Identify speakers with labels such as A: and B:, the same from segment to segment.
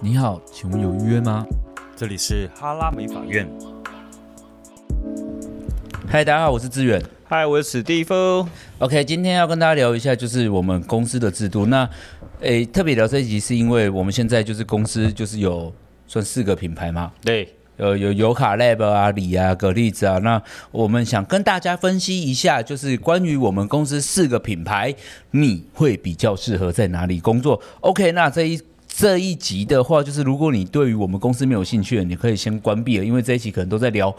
A: 你好，请问有预约吗？
B: 这里是哈拉美法院。
A: 嗨，大家好，我是志远。
B: 嗨，我是史蒂夫。
A: OK，今天要跟大家聊一下，就是我们公司的制度。那，诶、特别聊这一集是因为我们现在就是公司就是有算四个品牌嘛，
B: 对，
A: 呃，有有卡 lab 啊、李啊、格力子啊，那我们想跟大家分析一下，就是关于我们公司四个品牌，你会比较适合在哪里工作？OK，那这一。这一集的话，就是如果你对于我们公司没有兴趣，你可以先关闭了，因为这一集可能都在聊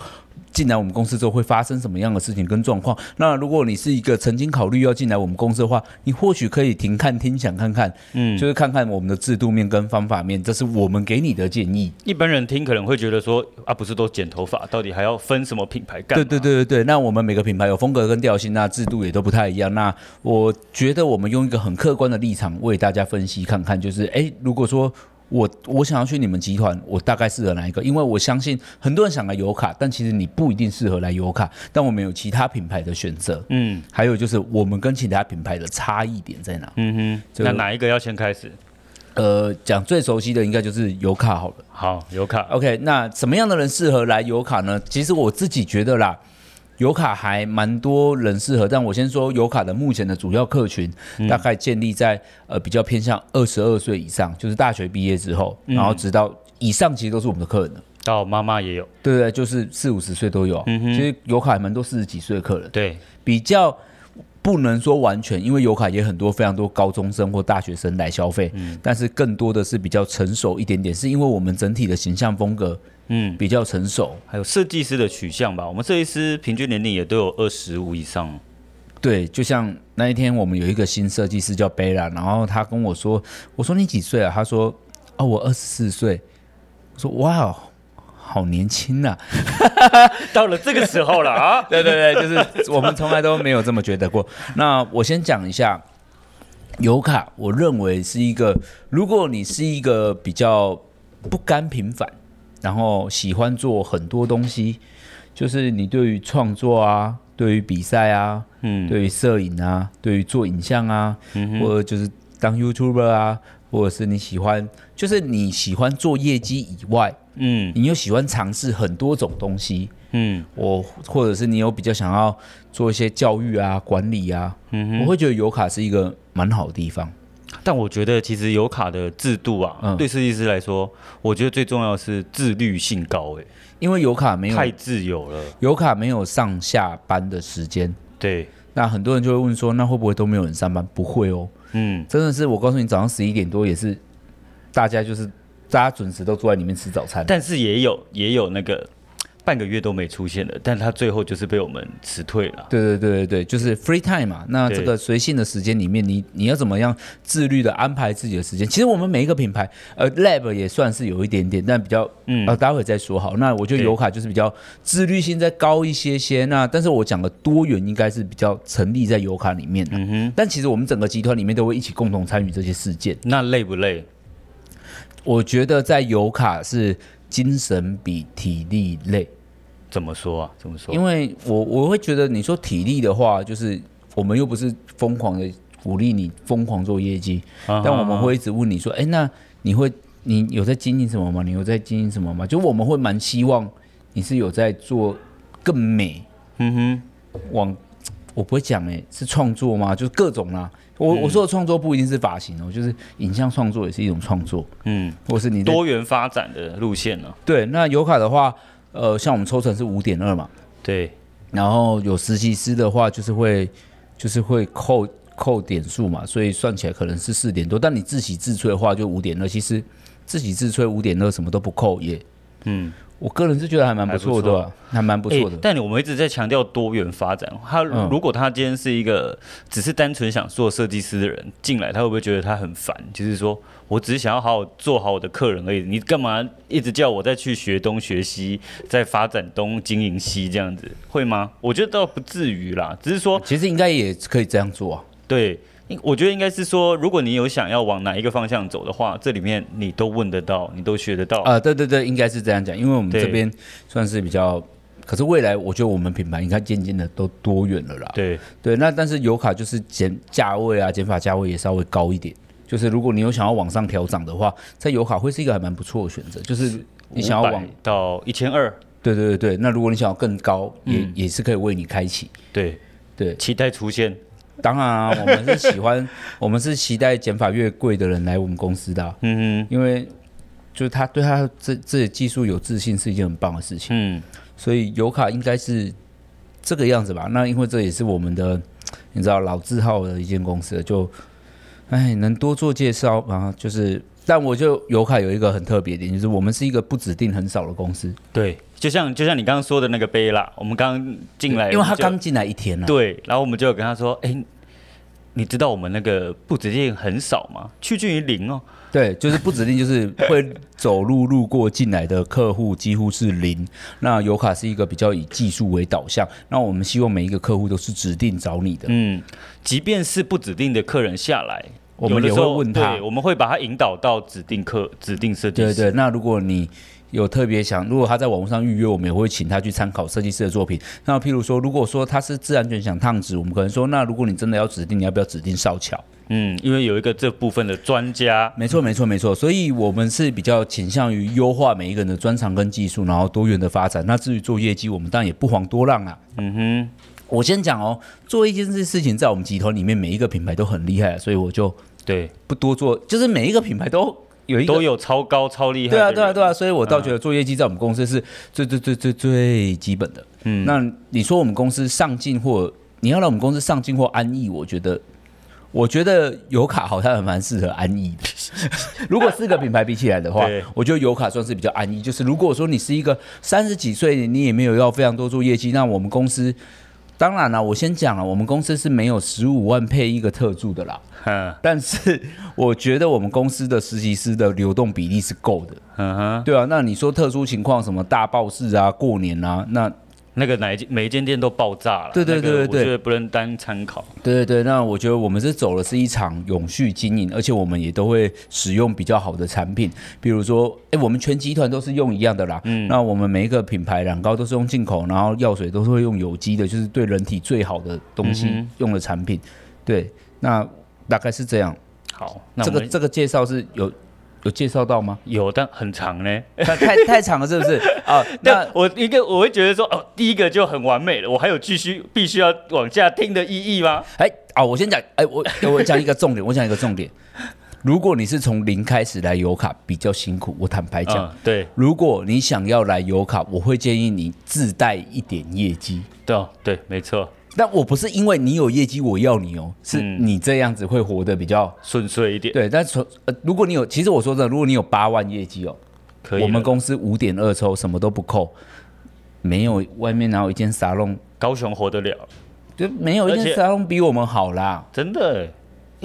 A: 进来我们公司之后会发生什么样的事情跟状况。那如果你是一个曾经考虑要进来我们公司的话，你或许可以停看听想看看，嗯，就是看看我们的制度面跟方法面，这是我们给你的建议。
B: 一般人听可能会觉得说啊，不是都剪头发，到底还要分什么品牌干嘛？
A: 对对对对对，那我们每个品牌有风格跟调性，那制度也都不太一样。那我觉得我们用一个很客观的立场为大家分析看看，就是诶，如果说我我想要去你们集团，我大概适合哪一个？因为我相信很多人想来油卡，但其实你不一定适合来油卡，但我们有其他品牌的选择。
B: 嗯
A: 还有就是我们跟其他品牌的差异点在哪？
B: 嗯哼，
A: 就
B: 那哪一个要先开始？
A: 呃，讲最熟悉的应该就是油卡好了。
B: 好，有卡。
A: OK，那什么样的人适合来油卡呢？其实我自己觉得啦，油卡还蛮多人适合，但我先说油卡的目前的主要客群，大概建立在、呃比较偏向二十二岁以上，就是大学毕业之后，然后直到以上其实都是我们的客人了。
B: 到妈妈也有，
A: 对不对？就是四五十岁都有，其实油卡还蛮多四十几岁的客人，
B: 对，
A: 比较不能说完全，因为油卡也很多非常多高中生或大学生来消费，但是更多的是比较成熟一点点，是因为我们整体的形象风格
B: 嗯，
A: 比较成熟，
B: 还有设计师的取向吧。我们设计师平均年龄也都有二十五以上。
A: 对，就像那一天我们有一个新设计师叫贝拉，然后他跟我说，我说你几岁啊？他说，哦，我二十四岁。我说哇哦，好年轻啊！，
B: 到了这个时候了啊
A: 对 对对，就是我们从来都没有这么觉得过。那我先讲一下。油卡，我认为是一个，如果你是一个比较不甘平凡，然后喜欢做很多东西，就是你对于创作啊，对于比赛啊，
B: 嗯，
A: 对于摄影啊，对于做影像啊，或者就是当 YouTuber 啊，或者是你喜欢，就是你喜欢做业绩以外，
B: 嗯
A: 你又喜欢尝试很多种东西，
B: 嗯
A: 我或者是你有比较想要做一些教育啊、管理啊，
B: 嗯
A: 我会觉得油卡是一个蛮好的地方。
B: 但我觉得其实油卡的制度啊，
A: 嗯
B: 对设计师来说，我觉得最重要的是自律性高、欸，
A: 因为油卡没有
B: 太自由了。
A: 油卡没有上下班的时间，
B: 对，
A: 那很多人就会问说，那会不会都没有人上班？不会哦，
B: 嗯，
A: 真的是我告诉你，早上十一点多也是，大家就是大家准时都坐在里面吃早餐。
B: 但是也有也有那个半个月都没出现的，但他最后就是被我们辞退了。
A: 对对对对对，就是 free time 嘛。那
B: 对
A: 这个随性的时间里面，你你要怎么样自律的安排自己的时间？其实我们每一个品牌，呃，lab 也算是有一点点，但比较，嗯，呃，待会再说好。那我觉得
B: 对
A: 油卡就是比较自律性再高一些些。那但是我讲的多元应该是比较成立在油卡里面的。嗯哼。但其实我们整个集团里面都会一起共同参与这些事件。
B: 那累不累？
A: 我觉得在油卡是精神比体力累。
B: 怎么说啊？怎么说？
A: 因为我我会觉得你说体力的话，就是我们又不是疯狂的鼓励你疯狂做业绩，
B: 啊哈啊
A: 但我们会一直问你说，哎、那你会你有在经营什么吗？你有在经营什么吗？就我们会蛮希望你是有在做更美，
B: 嗯哼，
A: 往我不会讲哎、是创作吗？就是各种啦、我
B: 嗯
A: 我说的创作不一定是发型哦，就是影像创作也是一种创作，
B: 嗯，
A: 或是你在
B: 多元发展的路线呢、
A: 对那油卡的话，呃，像我们抽成是五点二嘛，
B: 对，
A: 然后有实习师的话，就是会就是会扣扣点数嘛，所以算起来可能是四点多。但你自己自吹的话，就五点二。其实自己自吹五点二，什么都不扣也，
B: 嗯，
A: 我个人是觉得还蛮不错的
B: 还
A: 啊，还蛮不错的
B: 欸。但我们一直在强调多元发展。他
A: 嗯
B: 如果他今天是一个只是单纯想做设计师的人进来，他会不会觉得他很烦？就是说我只是想要好好做好我的客人而已，你干嘛一直叫我再去学东学西，再发展东经营西这样子，会吗？我觉得倒不至于啦，只是说
A: 其实应该也可以这样做啊。
B: 对。应我觉得应该是说，如果你有想要往哪一个方向走的话，这里面你都问得到，你都学得到。
A: 啊、对对对，应该是这样讲，因为我们
B: 哦对
A: 这边算是比较。可是未来，我觉得我们品牌应该渐渐的都多元了啦。
B: 对，
A: 对，那但是油卡就是减价位啊，减法价位也稍微高一点，就是如果你有想要往上调涨的话，在油卡会是一个还蛮不错的选择。就是你想要往
B: 500到一千二，
A: 对对对对，那如果你想要更高，也、也是可以为你开启。
B: 对，
A: 对，
B: 期待出现，
A: 当然、啊、我们是喜欢，我们是期待减法越贵的人来我们公司的啊、
B: 嗯哼
A: 因为就是他对他这这些技术有自信是一件很棒的事情。
B: 嗯，
A: 所以油卡应该是这个样子吧？那因为这也是我们的，你知道老字号的一间公司了，就哎能多做介绍啊，就是。但我就油卡有一个很特别的点，就是我们是一个不指定很少的公司，
B: 对，就像就像你刚刚说的那个贝拉，我们刚刚进来，
A: 因为他
B: 我们就
A: 刚进来一天呢、啊。
B: 对，然后我们就有跟他说，哎、你知道我们那个不止店很少吗？趋近于零哦。
A: 对，就是不指定，就是会走路路过进来的客户几乎是零。那油卡是一个比较以技术为导向，那我们希望每一个客户都是指定找你的。
B: 嗯，即便是不指定的客人下来，
A: 我们
B: 有的
A: 也
B: 时候
A: 会问他
B: 对，我们会把他引导到指定客、指定设计
A: 对
B: 师。
A: 对，那如果你有特别想，如果他在网络上预约，我们也会请他去参考设计师的作品。那譬如说，如果说他是自然卷想烫纸，我们可能说，那如果你真的要指定，你要不要指定少巧？
B: 嗯，因为有一个这部分的专家，
A: 没错，没错，没错。所以我们是比较倾向于优化每一个人的专长跟技术，然后多元的发展。那至于做业绩，我们当然也不遑多让啊。
B: 嗯
A: 我先讲哦，做一件事事情，在我们集团里面，每一个品牌都很厉害，所以我就
B: 哼，对，
A: 不多做，就是每一个品牌都有一个
B: 都有超高、超厉害
A: 对
B: 的
A: 啊，
B: 人。
A: 对啊，对啊，所以我倒觉得做业绩在我们公司是最最最最最基本的。嗯，那你说我们公司上进或你要让我们公司上进或安逸，我觉得，我觉得油卡好像还蛮适合安逸的。 如果四个品牌比起来的话
B: 对，
A: 我觉得油卡算是比较安逸。就是如果说你是一个三十几岁，你也没有要非常多做业绩，那我们公司。当然了，我先讲了，我们公司是没有十五万配一个特助的啦。
B: 嗯
A: 但是我觉得我们公司的实习师的流动比例是够的。
B: 嗯哼，
A: 对啊，那你说特殊情况，什么大爆市啊、过年啊，那
B: 那个哪一间每一间店都爆炸了。
A: 对对
B: 那个
A: 对对对
B: 我觉得不能单参考。
A: 对对对，那我觉得我们是走的是一场永续经营，而且我们也都会使用比较好的产品，比如说，哎，我们全集团都是用一样的啦。嗯，那我们每一个品牌染膏都是用进口，然后药水都是会用有机的，就是对人体最好的东西、
B: 嗯
A: 用的产品。对，那大概是这样。
B: 好，那
A: 这
B: 我
A: 个
B: 们
A: 这个介绍是有有介绍到 吗？
B: 有，但很长呢。
A: 太太太长了，是不是？啊，那
B: 但我一个我会觉得说，哦，第一个就很完美了，我还有继续必须要往下听的意义吗？
A: 哎啊、我先讲，哎，我我讲一个重点，我讲一个重点。如果你是从零开始来油卡，比较辛苦。我坦白讲，
B: 嗯，对，
A: 如果你想要来油卡，我会建议你自带一点业绩。
B: 对哦，对，没错，
A: 但我不是因为你有业绩我要你哦，是
B: 嗯
A: 你这样子会活得比较、
B: 顺遂一点，
A: 对。但从、呃、如果你有，其实我说真的，如果你有八万业绩哦，
B: 可以了。
A: 我们公司五点二抽，什么都不扣，没有外面哪有一间沙龙，
B: 高雄活得了，
A: 就没有一
B: 而
A: 间
B: 且
A: 沙龙比我们好啦。
B: 真的欸，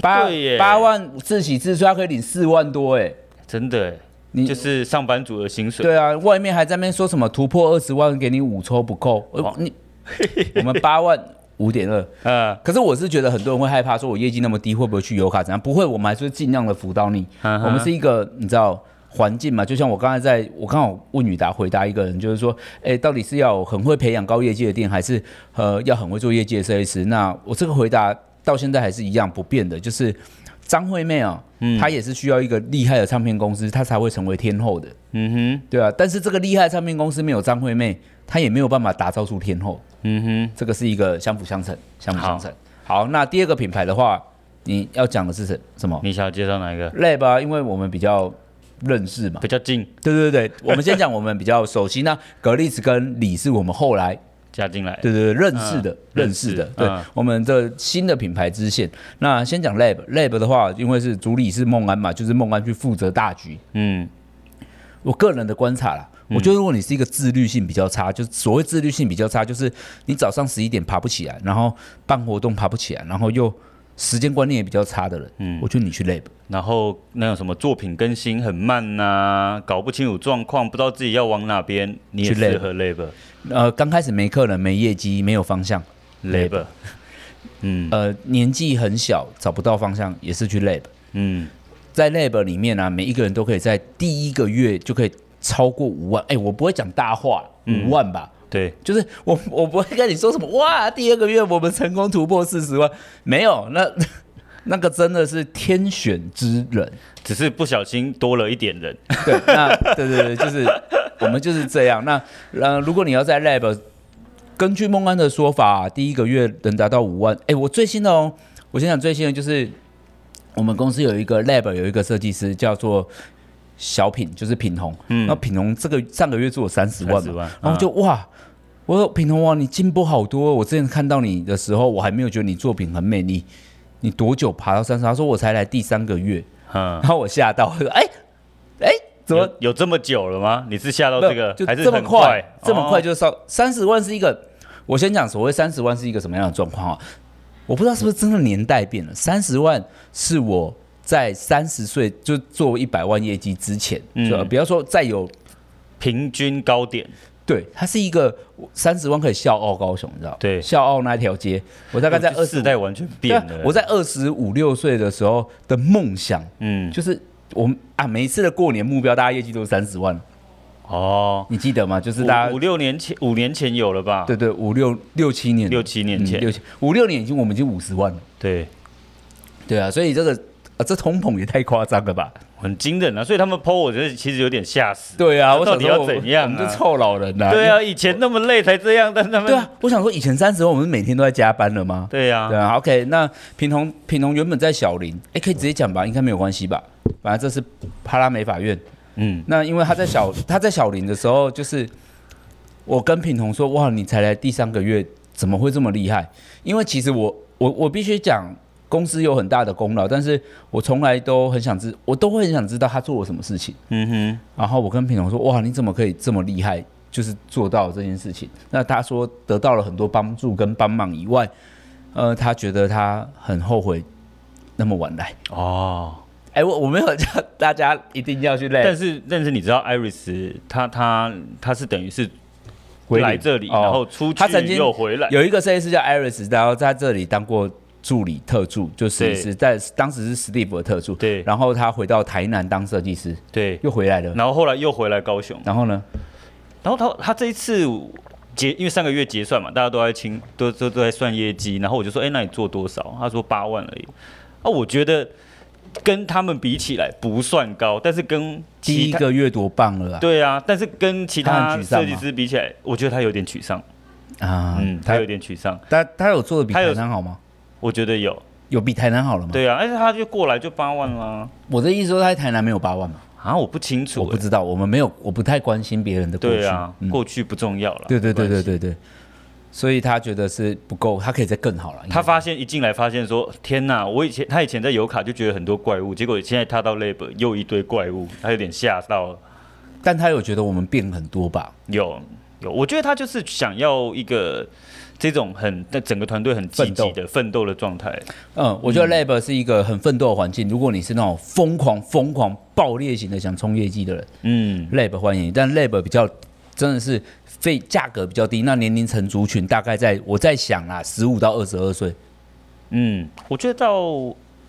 A: 八
B: 对耶
A: 八，万自给自足，他可以领四万多哎。
B: 真的欸，
A: 你
B: 就是上班族的薪水。
A: 对啊，外面还在那边说什么突破二十万给你五抽不够，呃
B: 哦
A: 你 我们八万五点二。
B: 嗯，
A: 可是我是觉得很多人会害怕，说我业绩那么低，会不会去油卡怎样？不会，我们还是会尽量的辅导你。
B: 嗯哼
A: 我们是一个你知道环境嘛，就像我刚才在我刚好问雨达回答一个人，就是说，哎、到底是要很会培养高业绩的店，还是呃要很会做业绩的设计师？那呃我这个回答到现在还是一样不变的，就是张惠妹啊、
B: 嗯
A: 她也是需要一个厉害的唱片公司，她才会成为天后的，
B: 嗯
A: 对啊。但是这个厉害的唱片公司没有张惠妹，她也没有办法打造出天后。
B: 哼，嗯
A: 这个是一个相辅相成，相辅相成。好，那第二个品牌的话，你要讲的是什什么
B: 哼，你想要介绍哪一个？
A: ？Lab 啊，因为我们比较认识嘛
B: 比。较近，
A: 对对对， 我们先讲我们比较熟悉。那格力斯跟李是我们 后来
B: 加进来。
A: 对对对认识的
B: 嗯，
A: 哎认识的
B: 认识。
A: 对
B: 嗯，
A: 我们的新的品牌支线。那先讲 Lab，Lab 的话，因为是主理是孟安嘛，就是孟安去负责大局。
B: 嗯，
A: 我个人的观察啦，我觉得如果你是一个自律性比较差，就是所谓自律性比较差，就是你早上十一点爬不起来，然后办活动爬不起来，然后又时间观念也比较差的人，嗯，我觉得你去 lab，
B: 然后那有什么作品更新很慢呐、搞不清楚状况，不知道自己要往哪边，你也
A: 去 lab
B: 适合 labor
A: 呃，刚开始没客人、没业绩、没有方向
B: labor，嗯
A: 呃，年纪很小找不到方向，也是去 lab。
B: 嗯，
A: 在 lab 里面呢、啊，每一个人都可以在第一个月就可以超过五万，哎，我不会讲大话，五万吧。
B: 对，
A: 就是我， 我不会跟你说什么哇，第二个月我们成功突破四十万，没有，那 那个真的是天选之人。
B: 只是不小心多了一点 人。
A: 对，那对对对，就是我们就是这样。那呃，如果你要在 lab，根据孟安的说法，第一个月能达到五万。哎，我最新的哦，我先讲最新的就是我们公司有一个 lab 有一个设计师叫做。小品就是品红，
B: 嗯
A: 那品红这个上个月做三十万嘛，
B: 30万
A: 然后就、哇，我说品红啊，你进步好多哦。我之前看到你的时候，我还没有觉得你作品很美，你你多久爬到三十？他说我才来第三个月，
B: 嗯
A: 然，后我吓到，我说哎哎、怎么
B: 有有这么久了吗？你是下到这个
A: 就
B: 还是
A: 这么
B: 很快？哦
A: 这么快就
B: 就
A: 上三十万是一个，我先讲所谓三十万是一个什么样的状况啊？我不知道是不是真的年代变了，三十万是我在三十岁就做一百万业绩之前，
B: 嗯
A: 就不要说再有
B: 平均高点，
A: 对，它是一个三十万可以笑傲高雄，你知道？
B: 对
A: 笑傲那条街，我大概在
B: 这
A: 二
B: 世
A: 十啊
B: 代完全变了。
A: 我在二十五六岁的时候的梦想
B: 嗯
A: 就是我们啊，每一次的过年目标，大家业绩都是三十万，
B: 哦，
A: 你记得吗？就是大家
B: 五五六年前五年前有了吧？
A: 对对，五六六七年，
B: 六七年
A: 嗯
B: 前
A: 六七五六年已经我们已经五十万了，
B: 对，
A: 对啊，所以这个啊，这通膨也太夸张了吧？
B: 很惊人啊！所以他们 PO 我觉得其实有点吓死。
A: 对啊，我
B: 到
A: 想
B: 底
A: 说
B: 要
A: 我们
B: 怎样啊
A: 我们就臭老人呐、
B: 对啊，以前那么累才这样，但他
A: 因为，
B: 们
A: 对啊，我想说以前三十万我们每天都在加班了吗？
B: 对啊
A: 对啊，OK，那品彤品彤原本在小林，哎，可以直接讲吧，应该没有关系吧？反正这是帕拉美法院，
B: 嗯，
A: 那因为他在小他在小林的时候，就是我跟品彤说，哇，你才来第三个月，怎么会这么厉害？因为其实我我我必须讲，公司有很大的功劳，但是我从来都很想知，我都会很想知道他做了什么事情。
B: 嗯哼，
A: 然后我跟品彤说，哇，你怎么可以这么厉害？就是做到这件事情。那他说得到了很多帮助跟帮忙以外，呃，他觉得他很后悔那么晚来。
B: 哦，
A: 哎、我我没有叫大家一定要去累，
B: 但是但是你知道，Iris 他他他是等于是
A: 归零
B: 来这里，
A: 哦
B: 然后出去
A: 他曾经
B: 又回来，
A: 有一个设计师叫 Iris，然后在这里当过助理特助，就是
B: 对
A: 是在当时是 Steve 的特助。
B: 对
A: 然后他回到台南当设计师，
B: 对，
A: 又回来了。
B: 然后后来又回来高雄，
A: 然后呢？
B: 然后他他这一次结，因为上个月结算嘛，大家都在清，都都都在算业绩，然后我就说，哎、那你做多少？他说八万而已。啊，我觉得跟他们比起来不算高，但是跟
A: 第
B: 其
A: 一
B: 他
A: 个月多棒了
B: 对啊，但是跟其
A: 他
B: 他
A: 很沮丧
B: 设
A: 吗
B: 计师比起来，我觉得他有点沮丧。
A: 啊！啊
B: 嗯，他
A: 他
B: 有点沮丧，
A: 他他有做的比
B: 他有
A: 台南好吗？
B: 我觉得有。
A: 有比台南好了吗？，
B: 对啊，而且他就过来就八万啦。
A: 我的意思说他在台南没有八万嘛？
B: 啊，我不清楚、
A: 我不
B: 欸
A: 知道，我们没有，我不太关心别人的过去。
B: 对啊，
A: 嗯
B: 过去不重要了。
A: 对对
B: 没关
A: 对
B: 系
A: 对对对，所以他觉得是不够，他可以再更好了。应该
B: 他发现一进来发现说：“天哪！我以前他以前在油卡就觉得很多怪物，结果现在他到 Lab 又一堆怪物，他有点吓到了。
A: 但他有觉得我们变很多吧？
B: 有有，我觉得他就是想要一个这种很那整个团队很积
A: 奋斗
B: 极的奋斗的状态。
A: 嗯，我觉得 lab 是一个很奋斗的环境。如果你是那种疯狂、疯狂、爆裂型的想冲业绩的人
B: 嗯，
A: ，lab 欢迎你。但 lab 比较真的是费价格比较低，那年龄层族群大概在我在想啦，十五到二十二岁，
B: 嗯，我觉得到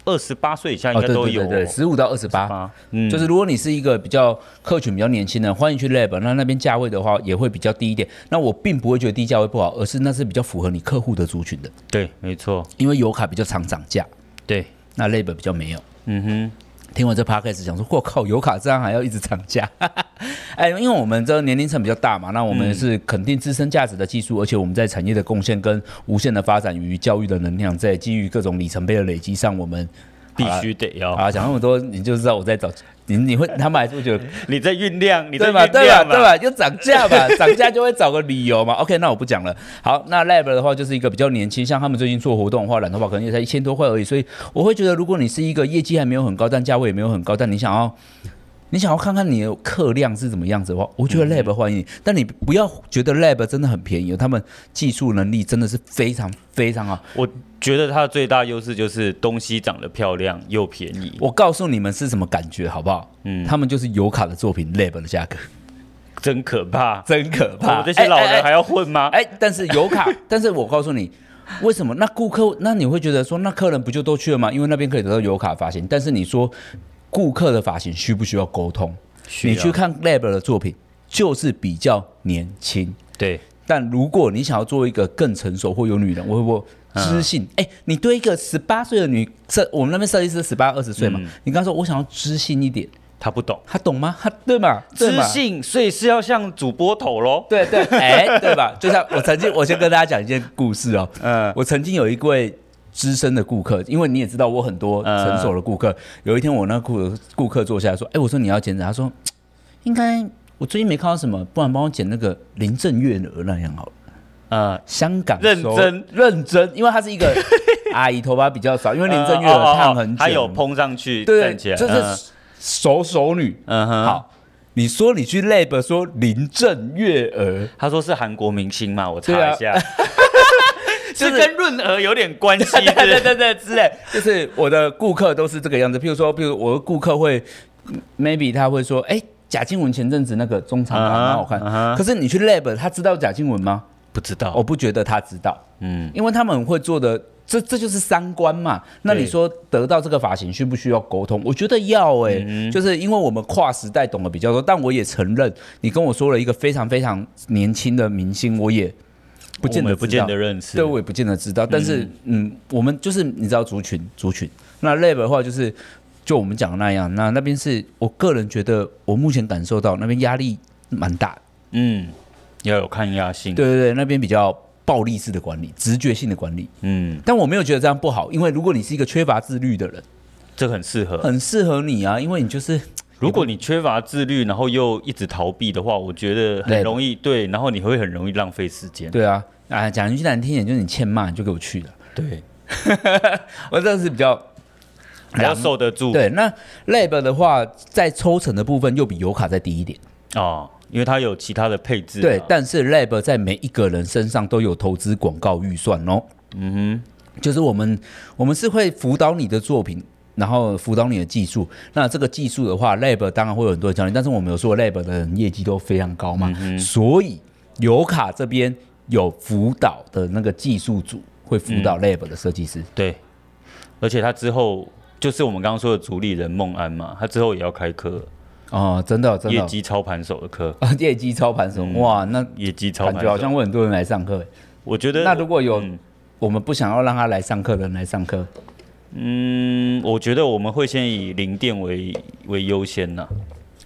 B: 二十八岁以下应
A: 哦，
B: 该
A: 对
B: 都
A: 对
B: 有、
A: 对对，十五到二十八。
B: 啊，嗯，
A: 就是如果你是一个比较客群比较年轻的，欢迎去 lab。那那边价位的话也会比较低一点。那我并不会觉得低价位不好，而是那是比较符合你客户的族群的，
B: 对，没错，
A: 因为油卡比较常涨价，
B: 对，
A: 那 lab 比较没有。
B: 嗯哼，
A: 听完这 podcast 想说，我靠，油卡这样还要一直涨价，哎，因为我们这个年龄层比较大嘛，那我
B: 嗯
A: 们是肯定自身价值的技术，而且我们在产业的贡献跟无限的发展与教育的能量，在基于各种里程碑的累积上，我们
B: 必须得要。
A: 啊讲那么多，你就知道我在找你，你会他们还是会觉得
B: 你在酝酿，你在
A: 对
B: 酝
A: 吧？
B: 酿
A: 对吧？对吧？就涨价 吧，涨价就会找个理由嘛。OK，那我不讲了。好，那 Lab 的话就是一个比较年轻，像他们最近做活动的话，染头发可能也才一千多块而已。所以我会觉得，如果你是一个业绩还没有很高，但价位也没有很高，但你想要你想要看看你的客量是怎么样子的话，我觉得 Lab 欢迎你。但你不要觉得 Lab 真的很便宜，他们技术能力真的是非常非常好。
B: 我觉得它的最大优势就是东西长得漂亮又便宜。
A: 我告诉你们是什么感觉，好不好？
B: 嗯，
A: 他们就是油卡的作品，Lab 的价格
B: 真可怕！
A: 真可
B: 我
A: 怕。
B: 哦们这些老
A: 哎哎哎
B: 人还要混吗？
A: 哎，但是油卡， 但是我告诉你，为什么？那顾客，那你会觉得说，那客人不就都去了吗？因为那边可以得到油卡发型。但是你说，顾客的发型需不需要沟通？
B: 需要
A: 你去看 Lab 的作品，就是比较年轻。
B: 对，
A: 但如果你想要做一个更成熟或有女人，我会不会
B: 嗯
A: 知性。哎、你对一个十八岁的女设，我们那边设计师十八二十岁嘛，
B: 嗯
A: 你刚说我想要知性一点，
B: 他不懂
A: 他懂吗？他对吗？对
B: 知
A: 吗？
B: 性，所以是要向主播投喽。
A: 对对，哎、对吧？就像我曾经，我先跟大家讲一件故事哦。
B: 嗯
A: 我曾经有一位资深的顾客，因为你也知道我很多成熟的顾客。有一天我那顾顾客坐下来说：“哎、我说你要剪什么？”他说：“嘖应该我最近没看到什么，不然帮我剪那个林郑月娥那样好了。”
B: 嗯，
A: 香港
B: 认
A: 收
B: 真
A: 认真，因为她是一个阿姨，头发比较少，因为林郑月
B: 呃哦
A: 娥
B: 哦
A: 烫很久，
B: 他有碰上去
A: 对
B: 站起来，
A: 就是熟熟女。
B: 嗯哼，
A: 好，你说你去 lab 说林郑月娥，
B: 他说是韩国明星嘛，我
A: 对
B: 查
A: 啊
B: 一下，
A: 就是
B: 是跟润儿有点 关系，对
A: 对对
B: 对之类。
A: 就是我的顾客都是这个样子。譬如说，譬如我的顾客会嗯，maybe 他会说，哎、贾静雯前阵子那个中长发
B: 啊哈
A: 蛮好看
B: 啊哈
A: 可是你去 lab，他知道贾静雯吗？
B: 不知道，
A: 我不觉得他知道，
B: 嗯，
A: 因为他们会做的，这这就是三观嘛。那你
B: 对
A: 说得到这个发型需不需要沟通？我觉得要哎、
B: 嗯
A: 就是因为我们跨时代懂得比较多，但我也承认，你跟我说了一个非常非常年轻的明星，我也不见
B: 我
A: 得
B: 们不
A: 知道
B: 见得认识。
A: 对我也不见得知道，但是嗯我们就是你知道族群族群，那 lab 的话就是就我们讲的那样，那那边是我个人觉得我目前感受到那边压力蛮大的，
B: 嗯，要有抗压性。
A: 对，对对，那边比较暴力式的管理，直觉性的管理，
B: 嗯，
A: 但我没有觉得这样不好，因为如果你是一个缺乏自律的人，
B: 这个很适合。
A: 很适合你啊，因为你就是
B: 如果你缺乏自律，然后又一直逃避的话，我觉得很容易对，然后你会很容易浪费时间。
A: 对啊啊，讲一句难听点，就是你欠骂你就给我去了，
B: 对，
A: 我这是比较
B: 还要
A: 然
B: 受得住。
A: 对。那 lab 的话，在抽成的部分又比油卡再低一点。
B: 哦，因为它有其他的配置嘛。啊
A: 对，但是 Lab 在每一个人身上都有投资广告预算哦。
B: 嗯
A: 就是我们我们是会辅导你的作品，然后辅导你的技术。那这个技术的话，Lab 当然会有很多的教练，但是我们有说 Lab 的人业绩都非常高
B: 嗯
A: 嘛，所以油卡这边有辅导的那个技术组会辅
B: 嗯
A: 导 Lab 的设计师。
B: 哼，对。而且他之后就是我们刚刚说的主理人孟安嘛，他之后也要开课，
A: 哦，真的真的
B: 业绩操盘手的课，
A: 啊， 业绩操盘手、哇，那
B: 业绩操
A: 感
B: 盘
A: 觉好像
B: 手。
A: 会很多人来上课。
B: 我觉得
A: 那如果有、
B: 嗯
A: 我们不想要让他来上课的人来上课，
B: 嗯，我觉得我们会先以零店为为优先呐、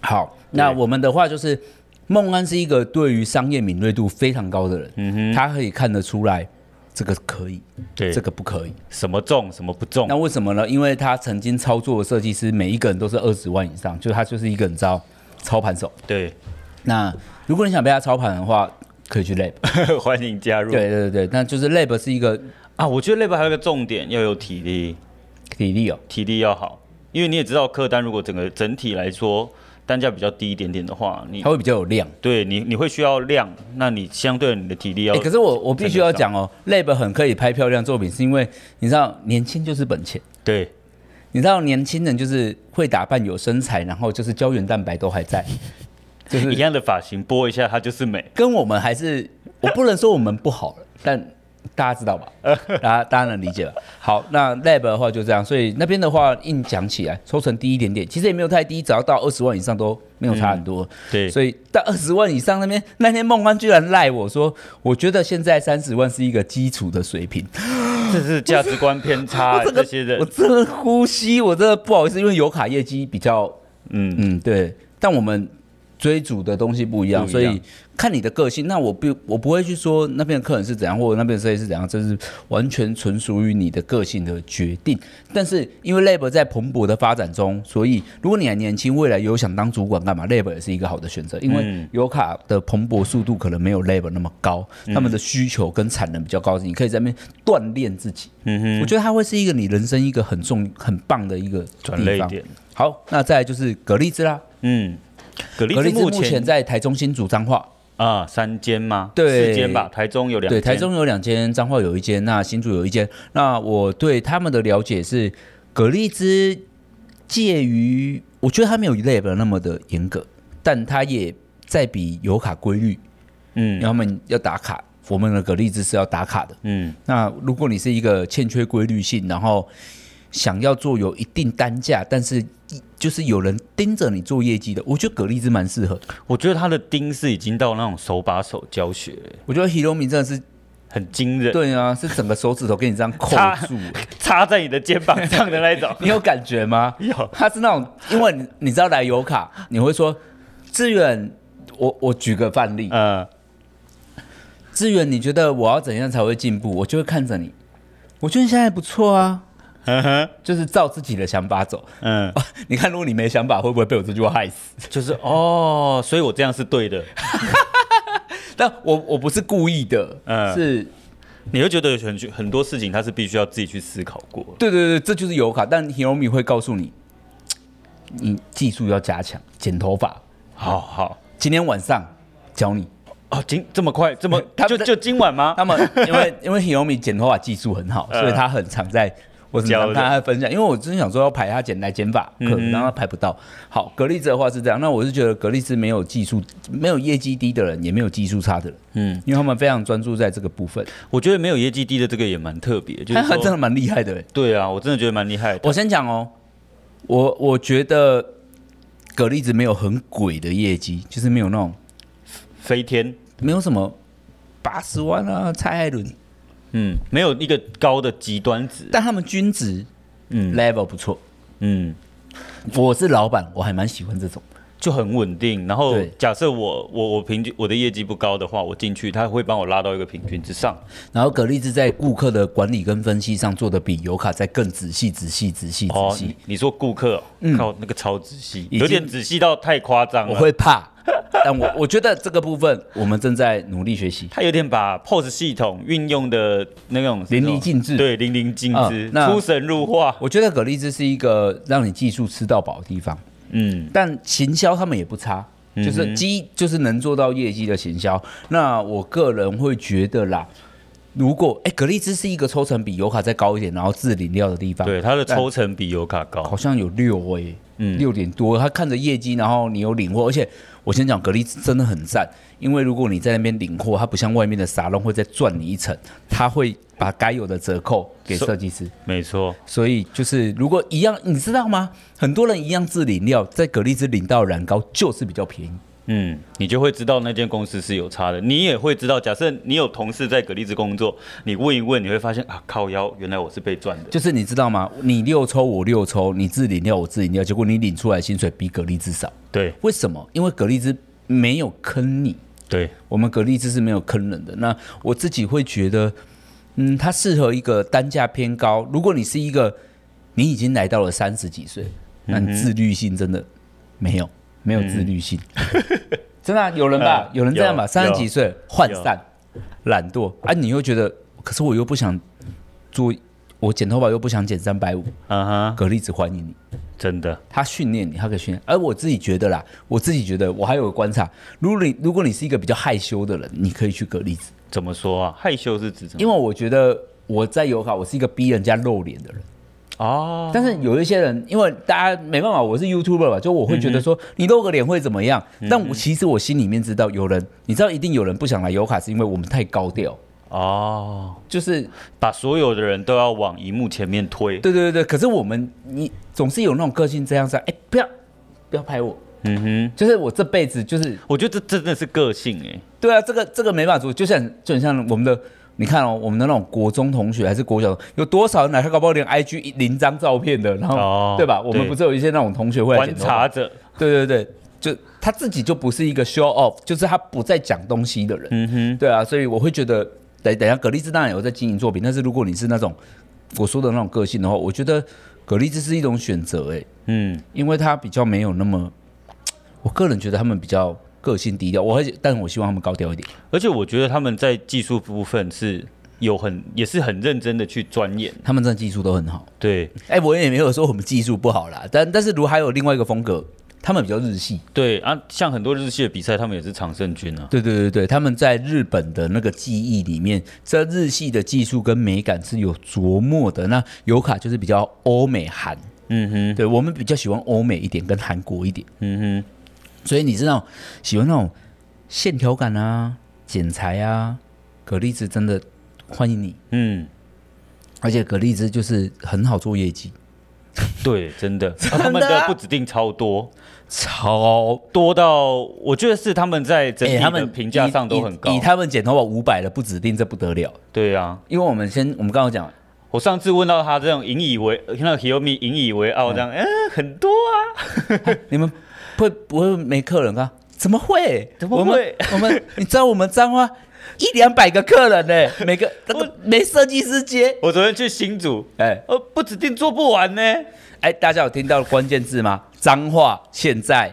A: 好，那我们的话就是，孟安是一个对于商业敏锐度非常高的人，他可以看得出来这个可以，
B: 对
A: 这个不可以。
B: 什么重什么不重
A: 那，为什么呢？因为他曾经操作的设计师，每一个人都是二十万以上，就是他就是一个人招操盘手。
B: 对，
A: 那如果你想被他操盘的话，可以去 lab。
B: 欢迎加入。
A: 对对对，那就是 lab 是一个
B: 啊，我觉得 lab 还有一个重点，要有体力，
A: 体力哦。
B: 体力要好，因为你也知道客单如果整个整体来说单价比较低一点点的话，你
A: 它会比较有量，
B: 对你你会需要量，那你相对你的体力要、
A: 哎、可是我我必须要讲哦，Lab 很可以拍漂亮作品，是因为你知道年轻就是本钱，
B: 对
A: 你知道年轻人就是会打扮、有身材，然后就是胶原蛋白都还在， 就 是
B: 一样的发型拨一下它就是美。
A: 跟我们还是我不能说我们不好了，但大家知道吧？大家大家能理解吧？好，那 lab 的话就这样，所以那边的话硬讲起来，抽成低一点点，其实也没有太低，只要到二十万以上都没有差很多。
B: 对，
A: 所以到二十万以上那边，那天孟安居然赖我说，我觉得现在三十万是一个基础的水平，
B: 这是价值观偏差、
A: 我这
B: 这
A: 个
B: 些
A: 我
B: 人，
A: 真的呼吸，我真的不好意思，因为油卡业绩比较
B: 嗯，
A: 嗯，对，但我们追逐的东西不一样，
B: 不一
A: 所
B: 样
A: 以看你的个性。那我不，我不会去说那边的客人是怎样，或者那边的设计师是怎样，这是完全纯属于你的个性的决定。但是因为 Lab 在蓬勃的发展中，所以如果你还年轻，未来有想当主管干嘛，Lab 也是一个好的选择，因为
B: 嗯
A: 油卡的蓬勃速度可能没有 Lab 那么高，
B: 嗯
A: 他们的需求跟产能比较高，你可以在那边锻炼自己。
B: 嗯哼，
A: 我觉得它会是一个你人生一个很重、很棒的一个
B: 转类
A: 地方
B: 点。
A: 好，那再来就是格力兹啦。
B: 嗯，蛤
A: 格
B: 蜊
A: 力
B: 子
A: 兹目前
B: 前
A: 在台中新竹彰化，
B: 啊三间吗？
A: 对
B: 四间吧，台中有两
A: 对，
B: 间，
A: 台中有两间，彰化有一间，那新竹有一间。那我对他们的了解是，格力兹介于，我觉得他没有 Lab 那么的严格，但他也在比油卡规律，因为
B: 嗯
A: 他们要打卡，我们的格力兹是要打卡的。
B: 嗯
A: 那如果你是一个欠缺规律性，然后想要做有一定单价，但是就是有人盯着你做业绩的，我觉得格力兹蛮适合的。
B: 我觉得他的钉是已经到那种手把手教学了，
A: 我觉得 Hiromi 真的是
B: 很 惊人，
A: 对啊，是整个手指头给你这样扣
B: 插
A: 住，
B: 插在你的肩膀上的那一种
A: 。你有感觉吗？
B: 有
A: 他是那种，因为你你知道来油卡，你会说志远，我我举个范例，
B: 呃，
A: 志远，你觉得我要怎样才会进步？我就会看着你，我觉得你现在不错啊，
B: 嗯哼，
A: 就是照自己的想法走。
B: 嗯，
A: 你看，如果你没想法，会不会被我这句话害死？
B: 就是哦，所以我这样是对的，
A: 但我我不是故意的，
B: 嗯
A: 是
B: 你会觉得有很很多事情它是必须要自己去思考过的。
A: 对对对，这就是油卡。但 Hiromi 会告诉你，你技术要加强，剪头发，
B: 好好
A: 今天晚上教你。
B: 哦，今这么快，这么
A: 他
B: 就
A: 不是
B: 就今 晚吗？
A: 他们因为因为 Hiromi 剪头发技术很好，
B: 嗯
A: 所以他很常在。我只
B: 教
A: 能
B: 的
A: 看他分享，因为我真想说要排他剪来剪法，可能他排不到。好，格力兹的话是这样，那我是觉得格力兹没有技术、没有业绩低的人，也没有技术差的人，
B: 嗯，
A: 因为他们非常专注在这个部 分，
B: 我觉得没有业绩低的这个也蛮特别，就是
A: 他
B: 说
A: 真的蛮厉害的、欸。
B: 对啊，我真的觉得蛮厉害的。
A: 我先讲哦，我我觉得格力兹没有很鬼的业绩，就是没有那种
B: 飞天，
A: 没有什么八十万啊，蔡艾伦，
B: 嗯，没有一个高的极端值，
A: 但他们均值
B: 嗯
A: level 不错。
B: 嗯，
A: 我是老板，我还蛮喜欢这种。
B: 就很稳定。然后
A: 对
B: 假设我我我平均我的业绩不高的话，我进去他会帮我拉到一个平均之上。
A: 然后格力兹在顾客的管理跟分析上做的比油卡在更仔细、仔细、仔细、仔
B: 哦，
A: 细
B: 你。你说顾客、哦，靠那个超仔细，
A: 已
B: 有点
A: 经
B: 仔细到太夸张
A: 我
B: 了。
A: 会怕，但我我觉得这个部分我们正在努力学习。
B: 他有点把 POS 系统运用的那种
A: 淋漓尽致
B: 对，淋漓尽致
A: 嗯，那
B: 出神入化。
A: 我觉得格力兹是一个让你技术吃到饱的地方，
B: 嗯，
A: 但行销他们也不差，就是基就是能做到业绩的行销。那我个人会觉得啦，如果哎格力兹是一个抽成比油卡再高一点，然后自领料的地方，
B: 对，他的
A: 但
B: 抽成比油卡高
A: 好。像有六哎、
B: 嗯
A: 六点多，他看着业绩，然后你有领货，而且我先讲格力真的很赞，因为如果你在那边领货，它不像外面的沙龙会再赚你一层，他会把该有的折扣给设计师。
B: 没错，
A: 所以就是如果一样，你知道吗？很多人一样自领料，在格力兹领到染膏就是比较便宜。
B: 嗯，你就会知道那间公司是有差的，你也会知道。假设你有同事在格力兹工作，你问一问，你会发现啊，靠腰，原来我是被赚的。
A: 就是你知道吗？你六抽我六抽，你自领料我自领料，结果你领出来的薪水比格力兹少，
B: 对
A: 为什么？因为格力兹没有坑你。
B: 对，
A: 我们格力兹是没有坑人的。那我自己会觉得，嗯，它适合一个单价偏高。如果你是一个你已经来到了三十几岁，
B: 嗯
A: 那你自律性真的没有，没有自律性。 真的啊、有人吧
B: 嗯呃，
A: 有人这样吧，
B: 有
A: 三十几岁涣散、懒惰啊，你又觉得，可是我又不想做，我剪头发又不想剪三百五，
B: 啊哈，
A: 格力兹欢迎你。
B: 真的，
A: 他训练你，他可以训练。而我自己觉得啦，我自己觉得我还有个观察，如果你如果你是一个比较害羞的人，你可以去格力兹，
B: 怎么说啊？害羞是指什么？
A: 因为我觉得我在友好，我是一个逼人家露脸的人。
B: 哦，
A: 但是有一些人，因为大家没办法，我是 YouTuber 吧，就我会觉得说你露个脸会怎么样？但我其实我心里面知道，有人你知道一定有人不想来油卡，是因为我们太高调。
B: 哦，
A: 就是
B: 把所有的人都要往荧幕前面推。
A: 对对对对，可是我们你总是有那种个性这样子啊，哎、不要不要拍我，
B: 嗯哼，
A: 就是我这辈子就是
B: 我觉得这真的是个性哎、
A: 对啊，这个这个没办法做，就像就很像我们的，你看哦，我们的那种国中同学还是国小，有多少人啊来他搞不好连 IG 一零张照片的，然后、
B: 哦
A: 对吧？我们
B: 对
A: 不是有一些那种同学会来
B: 观
A: 剪头发
B: 察，者。
A: 对对对，就他自己就不是一个 show off，就是他不再讲东西的人，
B: 嗯哼，
A: 对啊，所以我会觉得，等等一下格力兹当然有在经营作品，但是如果你是那种我说的那种个性的话，我觉得格力兹是一种选择，哎，
B: 嗯，
A: 因为他比较没有那么，我个人觉得他们比较个性低调，我会，但我希望他们高调一点。
B: 而且我觉得他们在技术部分是有很也是很认真的去钻研。
A: 他们真的技术都很好。
B: 对
A: 哎、我也没有说我们技术不好啦，但但是如果还有另外一个风格，他们比较日系。
B: 对啊，像很多日系的比赛，他们也是常胜军啊。
A: 对对对对，他们在日本的那个技艺里面，这日系的技术跟美感是有琢磨的。那油卡就是比较欧美韩，
B: 嗯哼，
A: 对我们比较喜欢欧美一点，跟韩国一点。
B: 嗯哼，
A: 所以你知道喜欢那种线条感啊、剪裁啊，格力兹真的欢迎你。
B: 嗯，
A: 而且格力兹就是很好做业绩，
B: 对，真的，啊他们
A: 真的
B: 的
A: 啊
B: 不指定超多，
A: 超
B: 多到我觉得是他们在整
A: 哎、
B: 体
A: 他
B: 的
A: 们
B: 评价上都很高。
A: 以以以他们剪头发五百的不指定，这不得了。
B: 对啊，
A: 因为我们先，我们刚刚讲，
B: 我上次问到他这种引以为，那 Hiromi 引以为傲这样，嗯，很多啊，
A: 你们会不会没客人啊？怎么会？
B: 怎么会
A: 我们我们，你知道我们彰化一两百个客人呢、 每个那个没设计师接。
B: 我昨天去新竹，
A: 哎、
B: 呃，不指定做不完呢。
A: 哎，大家有听到关键字吗？彰化现在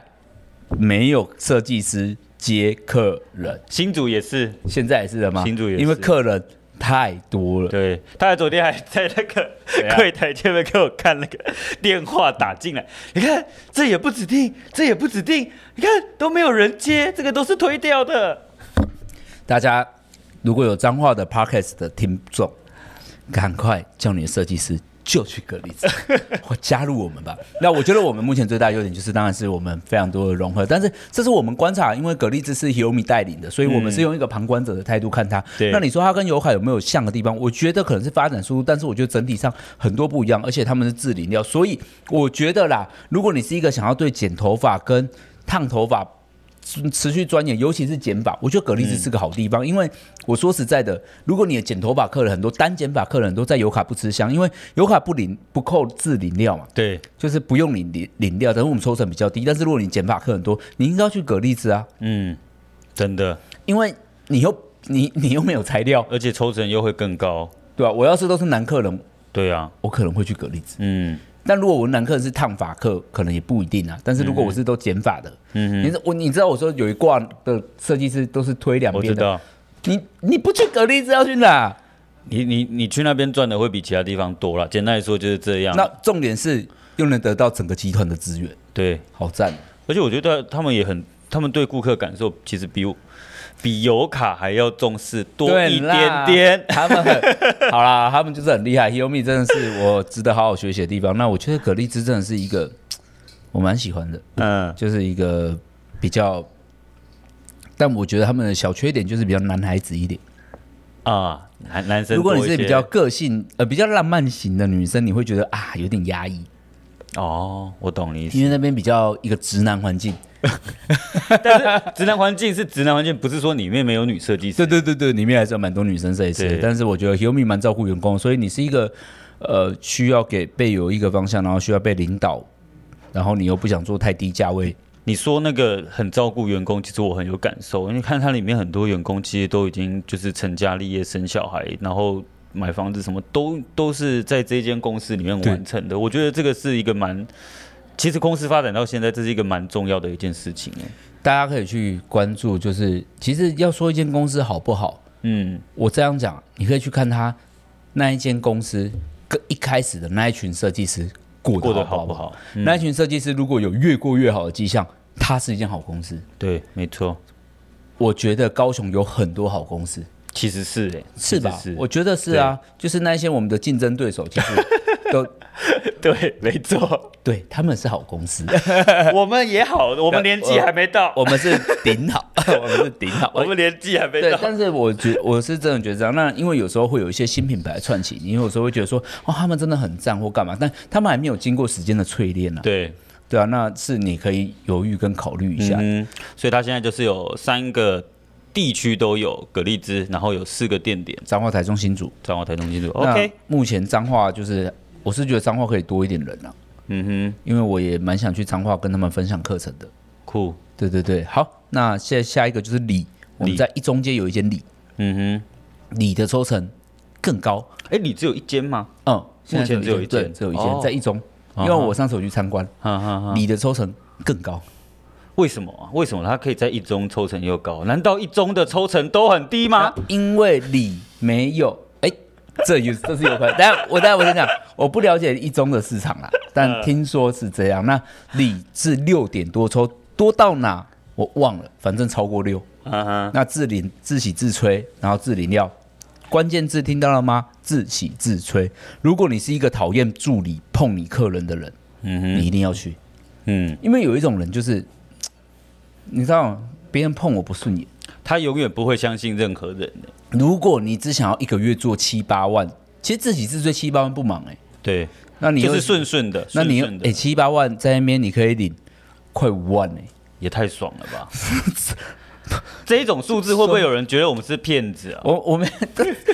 A: 没有设计师接客人，
B: 新竹也是，
A: 现在也是的吗？
B: 新竹也是
A: 因为客人太多了。
B: 对，他还昨天还在那个
A: 样
B: 柜台前面给我看那个电话打进来，你看这也不指定，这也不指定，你看都没有人接，这个都是推掉的。
A: 大家如果有彰化的 Parkes 的听众，赶快叫你的设计师就去格力子，或加入我们吧。那我觉得我们目前最大的优点就是，当然是我们非常多的融合，但是这是我们观察，因为格力兹是 Hiromi 带领的，所以我们是用一个旁观者的态度看它。
B: 对
A: 那你说它跟友海有没有像的地方？我觉得可能是发展速度，但是我觉得整体上很多不一样，而且他们是自领料，所以我觉得啦，如果你是一个想要对剪头发跟烫头发持续钻研，尤其是剪发，我觉得蛤蜊
B: 嗯
A: 子是个好地方，因为我说实在的，如果你的剪头发客人很多，单剪发客人都在油卡不吃香，因为油卡不领不扣自领料嘛，
B: 对，
A: 就是不用领领领料，但是我们抽成比较低。但是如果你剪发客很多，你应该要去蛤蜊子啊，
B: 嗯，真的，
A: 因为你又你 你又没有材料，
B: 而且抽成又会更高。
A: 对吧、我要是都是男客人，
B: 对啊，
A: 我可能会去蛤蜊子，
B: 嗯
A: 但如果我男客人是烫发客，可能也不一定啊。但是如果我是都剪发的，
B: 嗯
A: 你知我你知道我说有一挂的设计师都是推两
B: 哼，我
A: 边
B: 知
A: 的，
B: 道，
A: 你你不去蛤蜊子要去哪？
B: 你你你去那边赚的会比其他地方多了。简单来说就是这样。
A: 那重点是又能得到整个集团的资源，
B: 对，
A: 好赞！
B: 而且我觉得他们也很，他们对顾客感受其实比我比油卡还要重视多一
A: 对啦。
B: 点 点
A: 他们很好啦，他们就是很厉害。Hiromi 真的是我值得好好学习的地方。那我觉得蛤蜊汁真的是一个我蛮喜欢的，
B: 嗯，
A: 就是一个比较，但我觉得他们的小缺点就是比较男孩子一点。
B: 啊，男男生
A: 如果你
B: 多一
A: 是
B: 些
A: 比较个性呃比较浪漫型的女生，你会觉得啊有点压抑，
B: 哦，我懂你意思。
A: 因为那边比较一个直男环境。
B: 但是直男环境是直男环境，不是说里面没有女设计师。
A: 对对对对，里面还是有蛮多女生设计师的
B: 对，
A: 但是我觉得 Humi 蛮照顾员工，所以你是一个呃需要给被有一个方向，然后需要被领导，然后你又不想做太低价位，
B: 你说那个很照顾员工，其实我很有感受，因为看它里面很多员工其实都已经就是成家立业、生小孩，然后买房子什么都都是在这间公司里面
A: 对
B: 完成的。我觉得这个是一个蛮，其实公司发展到现在，这是一个蛮重要的一件事情。哎
A: 大家可以去关注。就是其实要说一间公司好不好，
B: 嗯，
A: 我这样讲，你可以去看他那一间公司跟一开始的那一群设计师过
B: 过
A: 得
B: 得
A: 好
B: 好
A: 不
B: 不
A: 好。嗯
B: 好？
A: 那一群设计师如果有越过越好的迹象，它是一间好公司。
B: 对，没错，
A: 我觉得高雄有很多好公司，
B: 其实是哎、
A: 是吧
B: 其实？
A: 我觉得是啊，就是那些我们的竞争对手，其 实都
B: 对，没错，
A: 对他们是好公司，
B: 我们也好，我们年纪还没 到，
A: 我们是顶好，我们是顶好。
B: 呃 我们年纪还没
A: 对
B: 到，，
A: 但是我觉我是真的觉得这样。那因为有时候会有一些新品牌串起，你有时候会觉得说，哦，他们真的很赞或干嘛，但他们还没有经过时间的淬炼呢、啊。
B: 对，
A: 对啊，那是你可以犹豫跟考虑一下。
B: 嗯，所以它现在就是有三个地区都有蛤蜊汁，然后有四个店点，
A: 彰化、台中、新竹。
B: 彰化、台中、新竹。
A: 那
B: OK，
A: 目前彰化就是，我是觉得彰化可以多一点人啊，
B: 嗯
A: 因为我也蛮想去彰化跟他们分享课程的。
B: 哼，酷，
A: 对对对，好，那现在下一个就是里，我们在一中街有一间里，
B: 嗯
A: 里的抽成更高。
B: 哼，哎，你只有一间吗？
A: 嗯，现在
B: 目前只有一间
A: 对只有一间、
B: 哦
A: 在一中，因
B: 啊哈
A: 为我上次有去参观，
B: 哈哈哈，
A: 里的抽成更高。
B: 为什么啊？为什么它可以在一中抽成又高？难道一中的抽成都很低吗？
A: 因为里没有，哎、这有 这是有可能。但我但我先讲，我不了解一中的市场啦，但听说是这样。那里是六点多抽，多到哪我忘了，反正超过六。
B: 嗯哼，
A: 那自领自喜自吹，然后自领料，关键字听到了吗？自喜自吹。如果你是一个讨厌助理碰你客人的人，
B: 嗯
A: 你一定要去，
B: 嗯，
A: 因为有一种人就是，你知道别人碰我不顺眼。
B: 他永远不会相信任何人的。
A: 如果你只想要一个月做七八万，其实自己自吹七八万不忙哎、
B: 对，
A: 那你又
B: 就是顺顺的，
A: 那你又
B: 顺顺的
A: 哎七八万在那边你可以领快五万哎、
B: 也太爽了 吧！这一种数字会不会有人觉得我们是骗子啊？
A: 我我没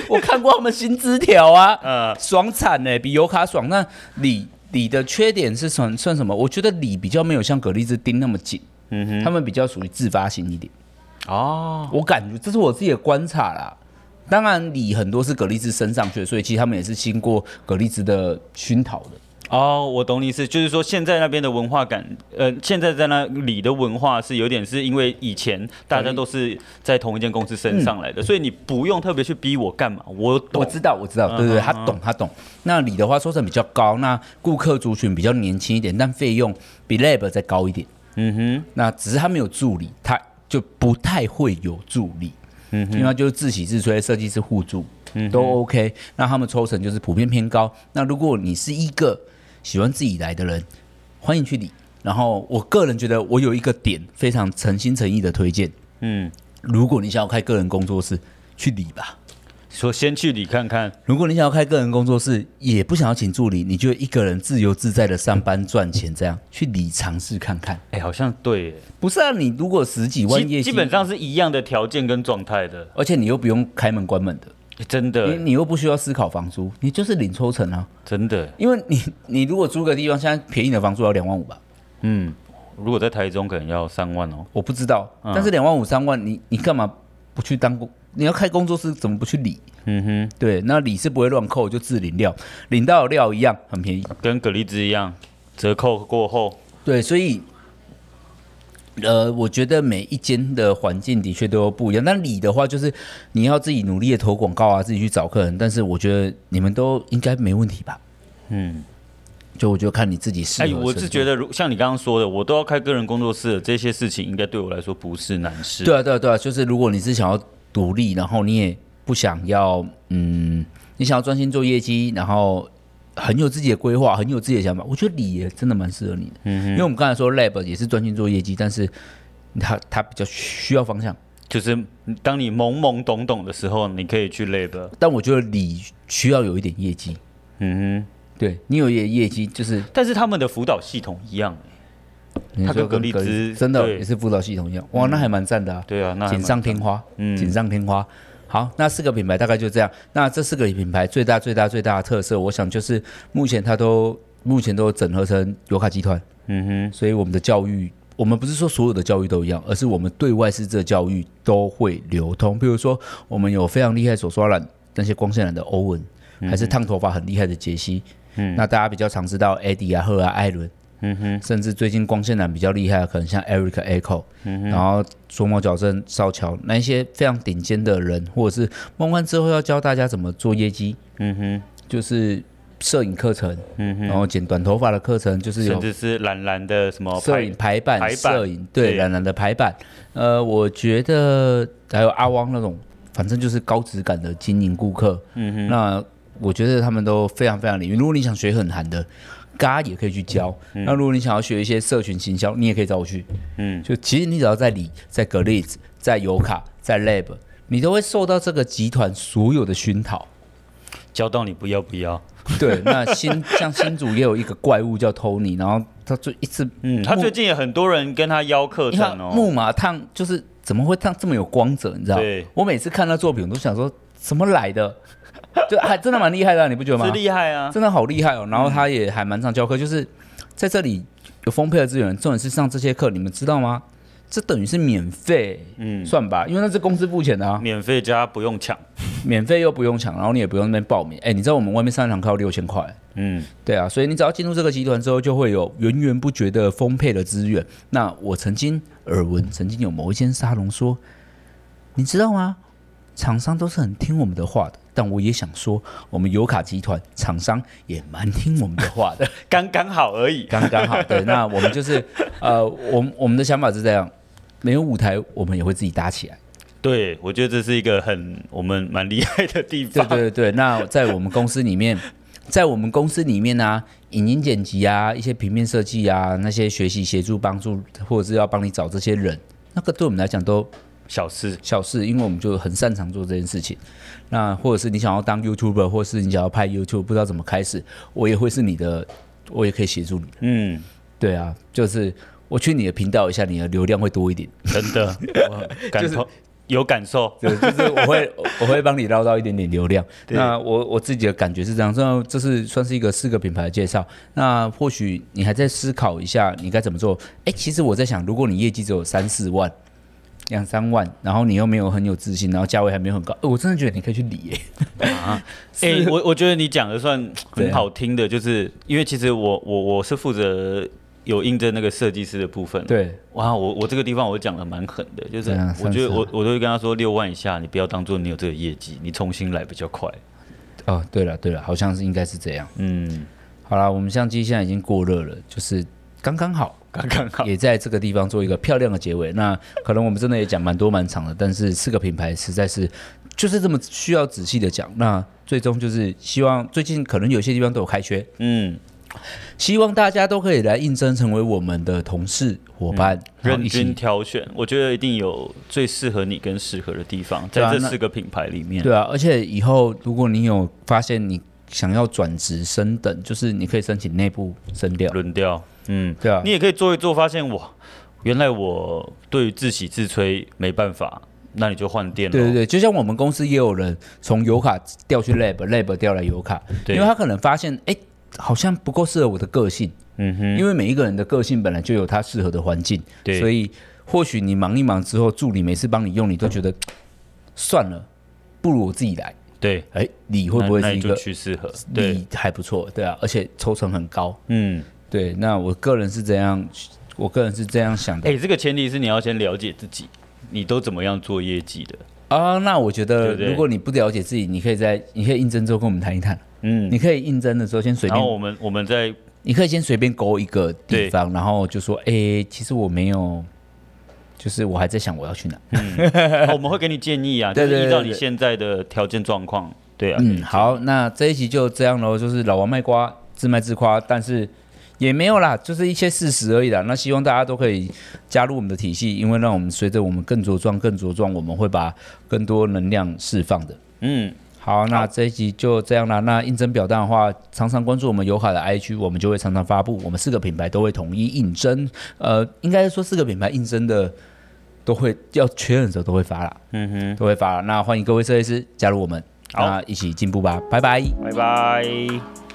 A: 我看过他们薪资条啊，
B: 呃，
A: 爽惨哎、比油卡爽。那李李的缺点是算算什么？我觉得李比较没有像葛丽兹盯那么紧，
B: 嗯哼，
A: 他们比较属于自发性一点。
B: 哦，
A: 我感觉这是我自己的观察啦。当然，李很多是葛丽兹升上去的，所以其实他们也是经过葛丽兹的熏陶的。
B: 哦，我懂你意思，就是说现在那边的文化感，呃，现在在那里的文化是有点是因为以前大家都是在同一间公司升上来的，所以你不用特别去逼我干嘛，嗯我懂嗯
A: 我知道，我知道，对对对，他懂，他懂。那李的话收成比较高，那顾客族群比较年轻一点，但费用比 Lab 再高一点。
B: 嗯哼，
A: 那只是他没有助理，他就不太会有助理。嗯，因为他就是自喜自吹，设计师互助，
B: 嗯
A: 都 OK。那他们抽成就是普遍偏高。那如果你是一个喜欢自己来的人，欢迎去理。然后我个人觉得，我有一个点非常诚心诚意的推荐：
B: 嗯，
A: 如果你想要开个人工作室，去理吧。
B: 说先去理看看，
A: 如果你想要开个人工作室，也不想要请助理，你就一个人自由自在的上班赚钱，这样去理尝试看看。
B: 哎、好像对耶，
A: 不是啊，你如果十几万
B: 基
A: 业绩
B: 基本上是一样的条件跟状态的，
A: 而且你又不用开门关门的，
B: 哎真
A: 你
B: 的
A: 你又不需要思考房租，你就是领抽成啊。
B: 真的，
A: 因为你你如果租个地方，现在便宜的房租要两万五吧，
B: 嗯，如果在台中可能要三万哦，
A: 我不知道，但是两万五三万，你你干嘛不去当工？你要开工作室怎么不去理？
B: 嗯哼，
A: 对，那理是不会乱扣，就自领料，领到的料一样很便宜。
B: 跟蛤蜊汁一样，折扣过后，
A: 对，所以，呃，我觉得每一间的环境的确都不一样。那理的话，就是你要自己努力的投广告啊，自己去找客人。但是我觉得你们都应该没问题吧？
B: 嗯，
A: 就我就看你自己适合
B: 哎、
A: 程度。
B: 我是觉得如像你刚刚说的，我都要开个人工作室了，这些事情应该对我来说不是难事。
A: 对啊，对啊，对啊，就是如果你是想要独立，然后你也不想要，嗯，你想要专心做业绩，然后很有自己的规划，很有自己的想法，我觉得理也真的蛮适合你的。嗯因为我们刚才说 lab 也是专心做业绩，但是他他比较需要方向。
B: 就是当你懵懵懂懂的时候，你可以去 lab。
A: 但我觉得理需要有一点业绩，
B: 嗯哼，
A: 对你有一点业绩就是
B: 但是他们的辅导系统一样。欸
A: 你
B: 它
A: 说
B: 跟格力兹
A: 真的
B: 对嗯
A: 也是辅导系统一样，哇，那还蛮赞的啊，
B: 对啊，那还
A: 锦
B: 蛮
A: 上添花，
B: 嗯
A: 锦上添花。好，那四个品牌大概就这样。那这四个品牌最大最大最大的特色，我想就是目前它都目前都整合成油卡集团，
B: 嗯
A: 所以我们的教育，我们不是说所有的教育都一样，而是我们对外师这教育都会流通。比如说，我们有非常厉害手刷染那些光线染的欧文，
B: 嗯
A: 还是烫头发很厉害的杰西。嗯，那大家比较常知道 Eddie 啊、赫啊、艾伦，
B: 嗯哼，
A: 甚至最近光线染比较厉害的，可能像 Eric Echo，、然后左毛矫正少乔那一些非常顶尖的人，或者是梦幻之后要教大家怎么做业绩，
B: 哼，嗯哼，
A: 就是摄影课程，
B: 嗯
A: 然后剪短头发的课程，就是有
B: 甚至是蓝蓝的什么
A: 摄
B: 拍
A: 影排版、
B: 哦排版
A: 摄影对
B: 对
A: 冉冉的排版，呃，我觉得还有阿汪那种，反正就是高质感的经营顾客，嗯哼，那我觉得他们都非常非常领域。如果你想学很韩的，嘎也可以去教。那如果你想要学一些社群行销，你也可以找我去。
B: 嗯，
A: 就其实你只要在里、在格力兹、在油卡、在 Lab，你都会受到这个集团所有的熏陶。
B: 教到你不要不要。
A: 对，那新 像新主也有一个怪物叫 Tony，然后他就一直
B: 嗯，他最近也很多人跟他邀课
A: 你看
B: 程哦。
A: 木马烫就是怎么会烫这么有光泽？你知道
B: 对？
A: 我每次看他作品，我都想说怎么来的？ 就还真的蛮厉害的啊、你不觉得
B: 是
A: 吗？
B: 厉害啊！
A: 真的好厉害哦。然后他也还蛮常教课，就是在这里有丰沛的资源，重点是上这些课，你们知道吗？这等于是免费，
B: 嗯
A: 算吧，因为那是公司付钱的啊，
B: 免费加不用抢。
A: 免费又不用抢，然后你也不用那边报名。哎，你知道我们外面上一堂课要六千块，
B: 嗯，
A: 对啊，所以你只要进入这个集团之后，就会有源源不绝的丰沛的资源。那我曾经耳闻，曾经有某一间沙龙说，你知道吗？厂商都是很听我们的话的，但我也想说，我们油卡集团厂商也蛮听我们的话的，
B: 刚刚好而已。
A: 刚刚好。对，那我们就是呃，我们我们的想法是这样，没有舞台，我们也会自己搭起来。
B: 对，我觉得这是一个很我们蛮厉害的 地
A: 对
B: 方。
A: 对对对，那在我们公司里面，在我们公司里面呢、影音剪辑啊，一些平面设计啊，那些学习协助帮助，或者是要帮你找这些人，那个对我们来讲都
B: 小事，
A: 小事，因为我们就很擅长做这件事情。那或者是你想要当 YouTuber，或是你想要拍 YouTube，不知道怎么开始，我也会是你的，我也可以协助你。
B: 嗯，
A: 对啊，就是我去你的频道一下，你的流量会多一点。
B: 真 的，我很感同有感受，
A: 对，就是我会我会帮你捞到一点点流量。那我我自己的感觉是这样，这这是算是一个四个品牌的介绍。那或许你还在思考一下你该怎么做。哎，其实我在想，如果你业绩只有三四万。两三万，然后你又没有很有自信，然后价位还没有很高，呃我真的觉得你可以去理、耶。
B: 哎、我我觉得你讲的算
A: 对
B: 很好听的，就是因为其实我我我是负责有应征那个设计师的部分，，
A: 对，
B: 哇，我我这个地方我讲的蛮狠的，就是
A: 对啊
B: 我觉
A: 算是
B: 得
A: 啊
B: 我我都会跟他说六万以下，你不要当做你有这个业绩，你重新来比较快，
A: 哦，对了对了，好像是应该是这样。
B: 嗯，
A: 好啦，我们相机现在已经过热了，就是刚刚好，
B: 刚刚好，
A: 也在这个地方做一个漂亮的结尾。那可能我们真的也讲蛮多蛮长的，但是四个品牌实在是就是这么需要仔细的讲。那最终就是希望最近可能有些地方都有开缺，
B: 嗯，
A: 希望大家都可以来应征成为我们的同事伙伴，然后
B: 嗯认
A: 一起
B: 真挑选，我觉得一定有最适合你跟适合的地方，在
A: 对啊
B: 这
A: 那
B: 四个品牌里面，
A: 对啊，而且以后如果你有发现你想要转职升等，就是你可以申请内部升调。
B: 轮调，嗯，
A: 对啊
B: 你，也可以做一做，发现哇，原来我对于自喜自吹没办法，那你就换店了。
A: 对对对，就像我们公司也有人从油卡调去 lab，lab 调来油卡，
B: 嗯对
A: 因为他可能发现，哎、好像不够适合我的个性，
B: 嗯哼，
A: 因为每一个人的个性本来就有他适合的环境，
B: 对
A: 所以或许你忙一忙之后，助理每次帮你用，你都觉得算了，不如我自己来。
B: 对，
A: 哎、你会不会
B: 那那
A: 是
B: 你
A: 一
B: 就
A: 个
B: 去适合？对，
A: 你还不错，对啊，而且抽成很高，
B: 嗯，
A: 对。那我个人是这样，我个人是这样想的
B: 哎、这个前提是你要先了解自己，你都怎么样做业绩的？
A: 啊、那我觉
B: 对
A: 得，
B: 不对
A: 如果你不了解自己，你可以在你可以应征之后跟我们谈一谈。
B: 嗯，
A: 你可以应征的时候先随
B: 然后
A: 便，
B: 我们我 们在
A: 你可以先随便勾一个地方，然后就说，哎、其实我没有，就是我还在想我要去哪。
B: 哦我们会给你建议啊，就
A: 对对
B: 是依照
A: 对对
B: 你现在的条件状况，对啊，
A: 嗯，好，那这一集就这样喽，就是老王卖瓜，自卖自夸，但是也没有啦，就是一些事实而已啦。那希望大家都可以加入我们的体系，因为让我们随着我们更茁壮、更茁壮，我们会把更多能量释放的。
B: 嗯，
A: 好，那这一集就这样啦。那应征表单的话，常常关注我们友卡的 IG，我们就会常常发布。我们四个品牌都会统一应征，呃，应该是说四个品牌应征的都会要确认的时候都会发啦，
B: 嗯哼，
A: 都会发啦。那欢迎各位设计师加入我们，
B: 好
A: 那一起进步吧，拜拜。
B: 拜拜。